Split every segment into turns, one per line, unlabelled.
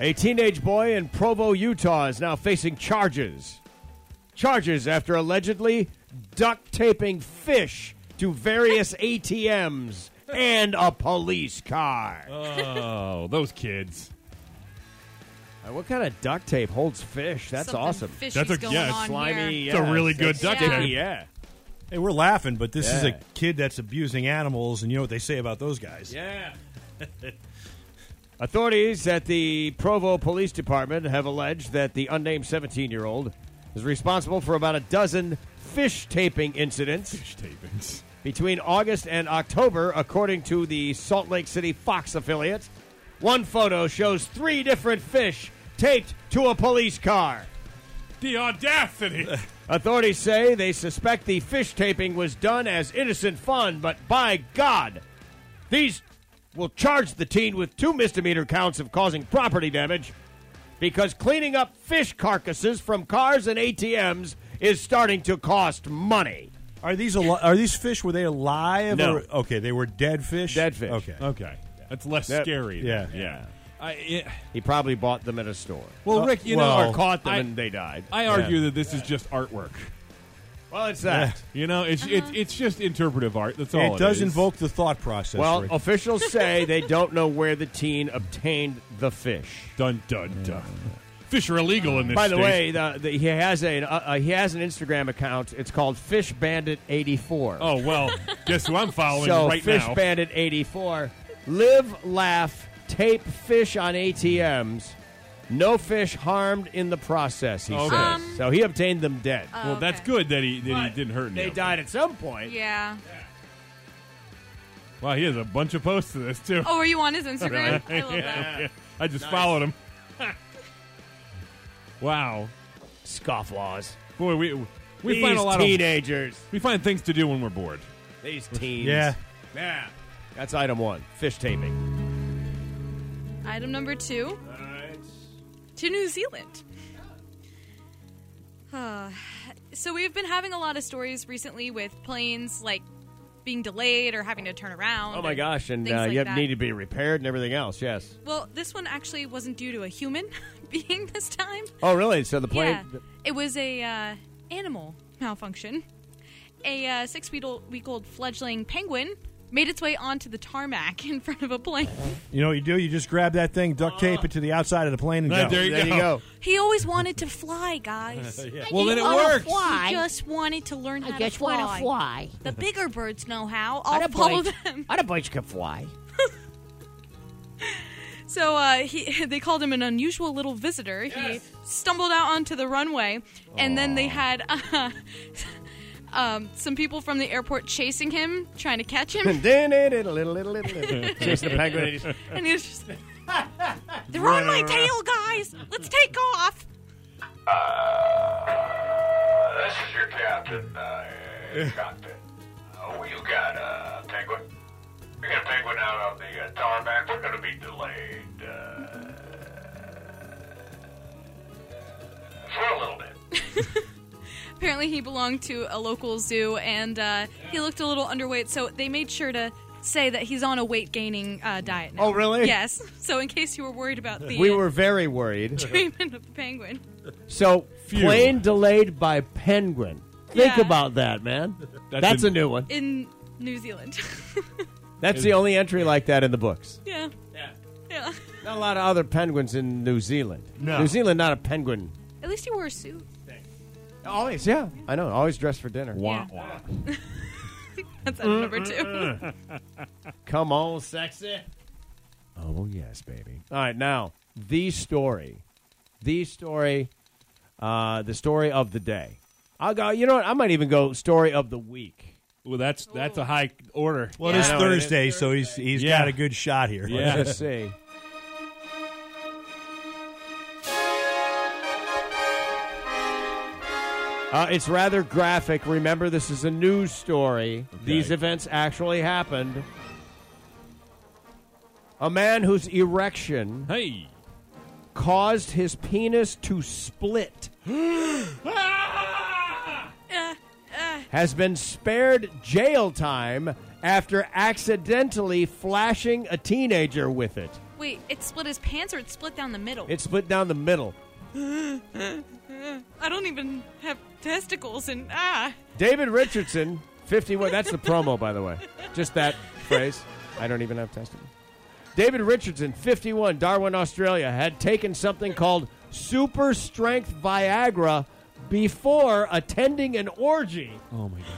A teenage boy in Provo, Utah is now facing charges. Charges after allegedly duct taping fish to various ATMs and a police car.
Oh, those kids.
Uh, What kind of duct tape holds fish? That's
Something
awesome.
fishy's
That's a-
going
yeah,
on
Slimy.
here.
It's a really good duct
sticky,
tape.
Yeah.
Hey, we're laughing, but this is
Yeah.
a kid that's abusing animals, and you know what they say about those guys.
Yeah. Authorities at the Provo Police Department have alleged that the unnamed 17 year old is responsible for about a dozen fish taping incidents
Fish tapings.
between August and October, according to the Salt Lake City Fox affiliate. One photo shows three different fish taped to a police car.
The audacity.
Authorities say they suspect the fish taping was done as innocent fun, but by God, these will charge the teen with two misdemeanor counts of causing property damage because cleaning up fish carcasses from cars and ATMs is starting to cost money.
Are these al- are these fish? Were they alive?
No.
Or, okay, they were dead fish.
Dead fish.
Okay.
okay. That's less
That-
scary.
yeah.
then. Yeah. I, it,
He probably bought them at a store.
well,
Uh,
Rick, you
well-
know,
or caught them
I-
and they died.
I argue that this is just artwork.
well, it's that.
You know, it's
Uh-huh.
it's it's just interpretive art. That's all.
it does
is.
invoke the thought process.
well,
Rick.
officials say they don't know where the teen obtained the fish.
Dun dun dun. Fish are illegal in this.
By the
state.
way, the, the, he has a uh, uh, he has an Instagram account. It's called Fish Bandit eighty four.
Oh well, guess who I'm following
so
right
Fish
now?
Bandit eighty four. Live, laugh, tape fish on ATMs. No fish harmed in the process. He
Okay.
says.
Um,
so he obtained them dead.
well, that's good that he that he didn't hurt
They
anyone.
died at some point.
Oh. Yeah.
Wow, he has a bunch of posts to this too.
Oh, are you on his Instagram? I love that.
Yeah. I just followed him. wow,
Scofflaws.
boy, we we
These
find a lot of
teenagers.
we find things to do when we're bored.
These teens.
yeah.
Yeah. That's item one. Fish taping.
Item number two to New Zealand. Ah, so we've been having a lot of stories recently with planes like being delayed or having to turn around.
Oh my
or
gosh! And
things
uh,
like
you
that.
need to be repaired and everything else. Yes.
Well, this one actually wasn't due to a human being this time.
Oh really? So the plane.
Yeah, it was a uh, animal malfunction. A uh, six week old fledgling penguin made its way onto the tarmac in front of a plane.
You know what you do? You just grab that thing, duct tape it to the outside of the plane, and
Right,
go.
there you
There you go.
He always wanted to fly, guys.
Well, then it
wanna
works.
He just wanted to learn how to fly.
fly.
The bigger birds know how. I'll follow them.
Otterboys can fly.
So uh, he, they called him an unusual little visitor. He stumbled out onto the runway, and then they had uh, um, some people from the airport chasing him, trying to catch him.
Chasing the penguin. He just-
And he was just, they're on my tail, guys. Let's take off.
Uh, this is your captain, uh, cockpit. Oh, you got a penguin? We got a penguin out on the uh, tarmac. We're gonna be delayed, uh, for a little bit.
Apparently, he belonged to a local zoo, and uh, he looked a little underweight. So they made sure to say that he's on a weight gaining uh, diet. Now.
Oh, really?
Yes. So in case you were worried about the
We
uh,
were very worried.
treatment of the penguin.
So plane delayed by penguin. Think
Yeah.
about that, man. That's,
That
a
didn't-
new one.
in New Zealand.
That's the only entry like that in the books.
yeah. Yeah. Yeah.
Not a lot of other penguins in New Zealand.
No.
New Zealand, not a penguin.
At least he wore a suit.
Always, yeah. I know. Always dressed for dinner.
Wah,
Yeah.
wah.
That's item number two.
Come on, sexy. Oh yes, baby. All right, now the story, the story, uh, the story of the day. I'll go. You know what? I might even go story of the week.
Well, that's that's a high order.
Well,
Yeah,
it's
I know, it is
Thursday, so he's he's
Yeah.
got a good shot here.
Yeah.
Let's see. Uh, it's rather graphic. Remember, this is a news story. These events actually happened. A man whose erection
Hey.
caused his penis to split has been spared jail time after accidentally flashing a teenager with it.
Wait, it split his pants or it split down the middle?
It split down the middle.
I don't even have testicles and ah.
David Richardson, 51. That's the promo, by the way. Just that phrase. I don't even have testicles. David Richardson, 51, Darwin, Australia, had taken something called super strength Viagra before attending an orgy.
Oh my gosh.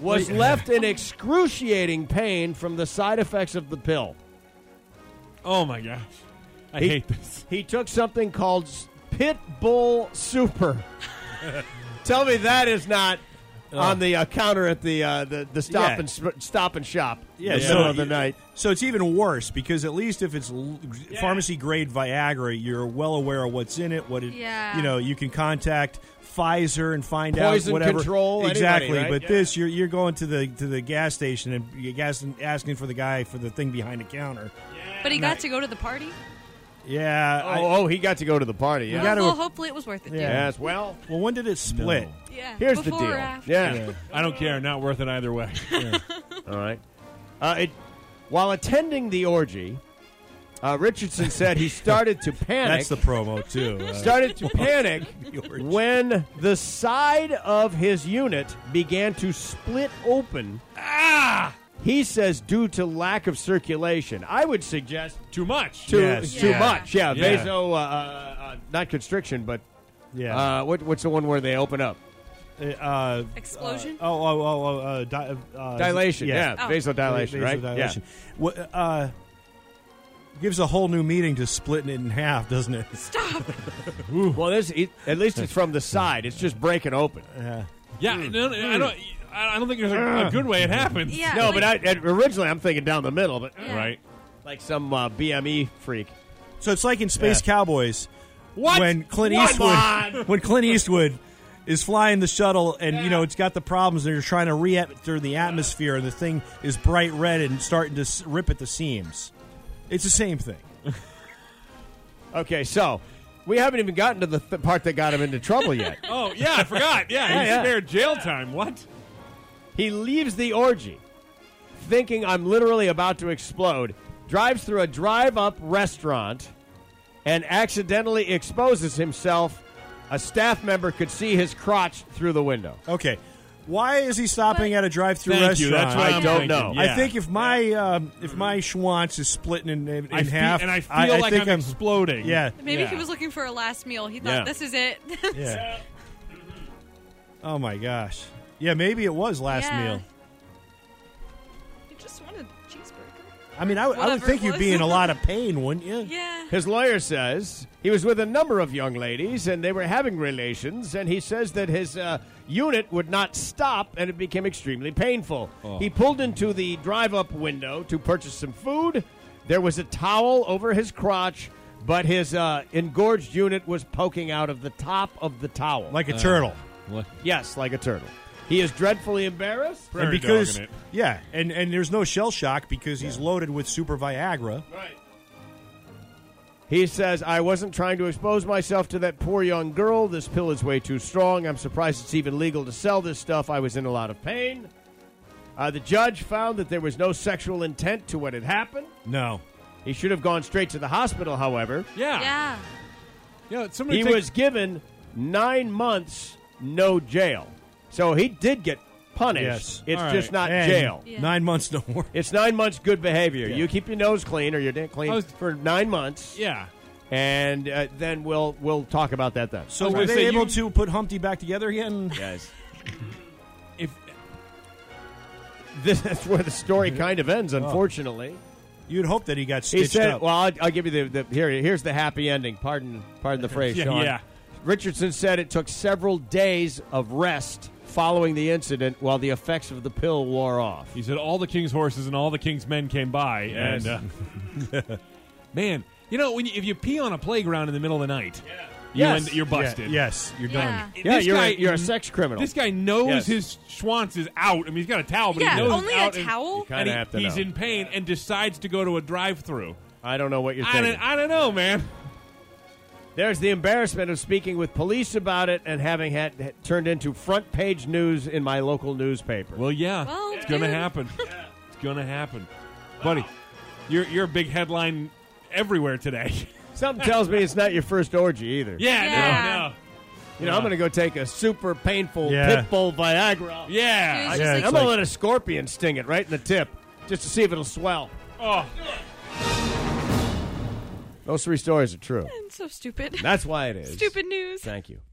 Was left in excruciating pain from the side effects of the pill.
Oh my gosh. I
He-
hate this.
He took something called s- Pit Bull Super. Tell me that is not on the uh, counter at the uh, the, the stop
Oh. Yeah.
and sp- stop and shop.
Yeah,
in the
so-
middle of the night.
So it's even worse because at least if it's l- pharmacy grade Viagra, you're well aware of what's in it. What it,
Yeah.
you know, you can contact Pfizer and find
Poison
out whatever
control, anybody,
exactly.
right?
But
Yeah.
this, you're you're going to the to the gas station and you're gas, asking for the guy for the thing behind the counter.
But he got to go to the party.
Yeah. I-
Oh, oh, he got to go to the party. Yeah.
got gotta-
well, hopefully it was worth it. dude.
Yeah.
Yes. Well,
well, when did it split?
No.
Yeah.
here's
Before
the
Or
deal.
after.
Yeah.
I don't care. Not worth it either way.
All right. Uh, it, while attending the orgy, uh, Richardson said he started to panic.
That's the promo too. Uh,
started to panic
George.
when the side of his unit began to split open. Ah! He says due to lack of circulation. I would suggest
Too much.
too
Yes.
too
Yeah.
much. Yeah,
Yeah.
vaso, uh, uh, uh, not constriction, but
yeah.
uh, what, what's the one where they open up?
uh,
Explosion?
Uh, oh, oh, oh, oh uh, di- uh,
Dilation. Yeah,
Oh.
vasodilation. Right.
Vasodilation. What, uh, gives a whole new meaning to splitting it in half, doesn't it?
Yeah. Well, this it, at least it's from the side. It's just breaking open.
Yeah. No, no, I don't. I don't think there's a, a good way it happens.
Yeah.
No,
like-
but I, and originally I'm thinking down the middle, but
Yeah.
Right.
like some uh, BME freak.
So it's like in Space
Yeah.
Cowboys
What?
when Clint
What? Come on.
Eastwood when Clint Eastwood is flying the shuttle and you know it's got the problems and they're trying to re through the atmosphere and the thing is bright red and starting to s- rip at the seams. It's the same thing.
Okay, so we haven't even gotten to the th- part that got him into trouble yet.
Oh yeah, I forgot. Yeah,
Yeah,
he's
yeah.
spared jail time. What?
he leaves the orgy thinking I'm literally about to explode, drives through a drive up restaurant, and accidentally exposes himself. A staff member could see his crotch through the window.
Okay. Why is he stopping at a drive-through
Thank
restaurant?
you. That's what
I
I'm
don't
thinking.
know.
Yeah.
I think if my um, if my schwanz is splitting in, in
I feel-
half,
and I feel like
think
I'm, exploding.
Yeah,
Maybe
Yeah.
he was looking for a last meal. He thought
Yeah.
this is it.
yeah. Oh my gosh. Yeah, maybe it was last
Yeah.
meal.
he just wanted a cheeseburger.
I mean, I would- I would
Whatever
think
it
you'd
was.
be in a lot of pain, wouldn't you?
Yeah.
His lawyer says he was with a number of young ladies and they were having relations, and he says that his uh, unit would not stop and it became extremely painful. He pulled into the drive up window to purchase some food. There was a towel over his crotch, but his uh, engorged unit was poking out of the top of the towel.
Like a
Uh,
turtle.
yes, like a turtle. He is dreadfully embarrassed.
Prairie
and because
dogging it.
yeah, and and there's no shell shock because he's loaded with super Viagra.
He says, I wasn't trying to expose myself to that poor young girl. This pill is way too strong. I'm surprised it's even legal to sell this stuff. I was in a lot of pain. Uh, the judge found that there was no sexual intent to what had happened.
No.
He should have gone straight to the hospital, however.
Yeah.
Yeah.
Yeah, somebody
He
take-
was given nine months, no jail. So he did get punished.
Yes.
It's
All
just
right.
not
And
jail.
Yeah.
Nine months no more.
It's nine months good behavior. You keep your nose clean or your dick clean
I was-
for nine months,
Yeah.
and uh, then we'll we'll talk about that then.
So
was
were
gonna
they
say,
able
you-
to put Humpty back together again?
Yes.
If
This, that's where the story kind of
Oh.
ends, unfortunately.
You'd hope that he got
He
stitched
said,
up.
"Well, I'll, I'll give you the, the here. Here's the happy ending. Pardon, pardon the phrase,
Yeah,
Sean.
yeah.
Richardson said it took several days of rest following the incident while the effects of the pill wore off.
he said all the king's horses and all the king's men came by,
Yes.
and uh, man, you know when you, if you pee on a playground in the middle of the night,
Yes.
end- you're busted.
Yeah, yes, you're done.
Yeah.
Yeah,
This
you're
guy-
a, you're a sex criminal.
This guy knows
Yes.
his Schwanz is out. I mean, he's got a towel, but
Yeah,
he knows
only
it's
a
out and-
towel? You
kinda
and he-
have to
he's
know.
in pain and decides to go to a drive-through.
I don't know what you're
I
thinking.
don't, I don't know, man.
There's the embarrassment of speaking with police about it and having had had turned into front page news in my local newspaper.
Well, yeah,
Well,
it's gonna
dude.
happen. It's gonna happen, buddy. You're you're a big headline everywhere today.
Something tells me it's not your first orgy either.
yeah,
Yeah.
no, no,
You know, I'm going to go take a super painful
Yeah.
pit bull Viagra.
yeah.
Dude,
Yeah,
I'm
it's
going
like-
to let a scorpion sting it right in the tip just to see if it'll swell.
Oh,
Those three stories are true.
It's so stupid.
That's why it is.
Stupid news.
Thank you.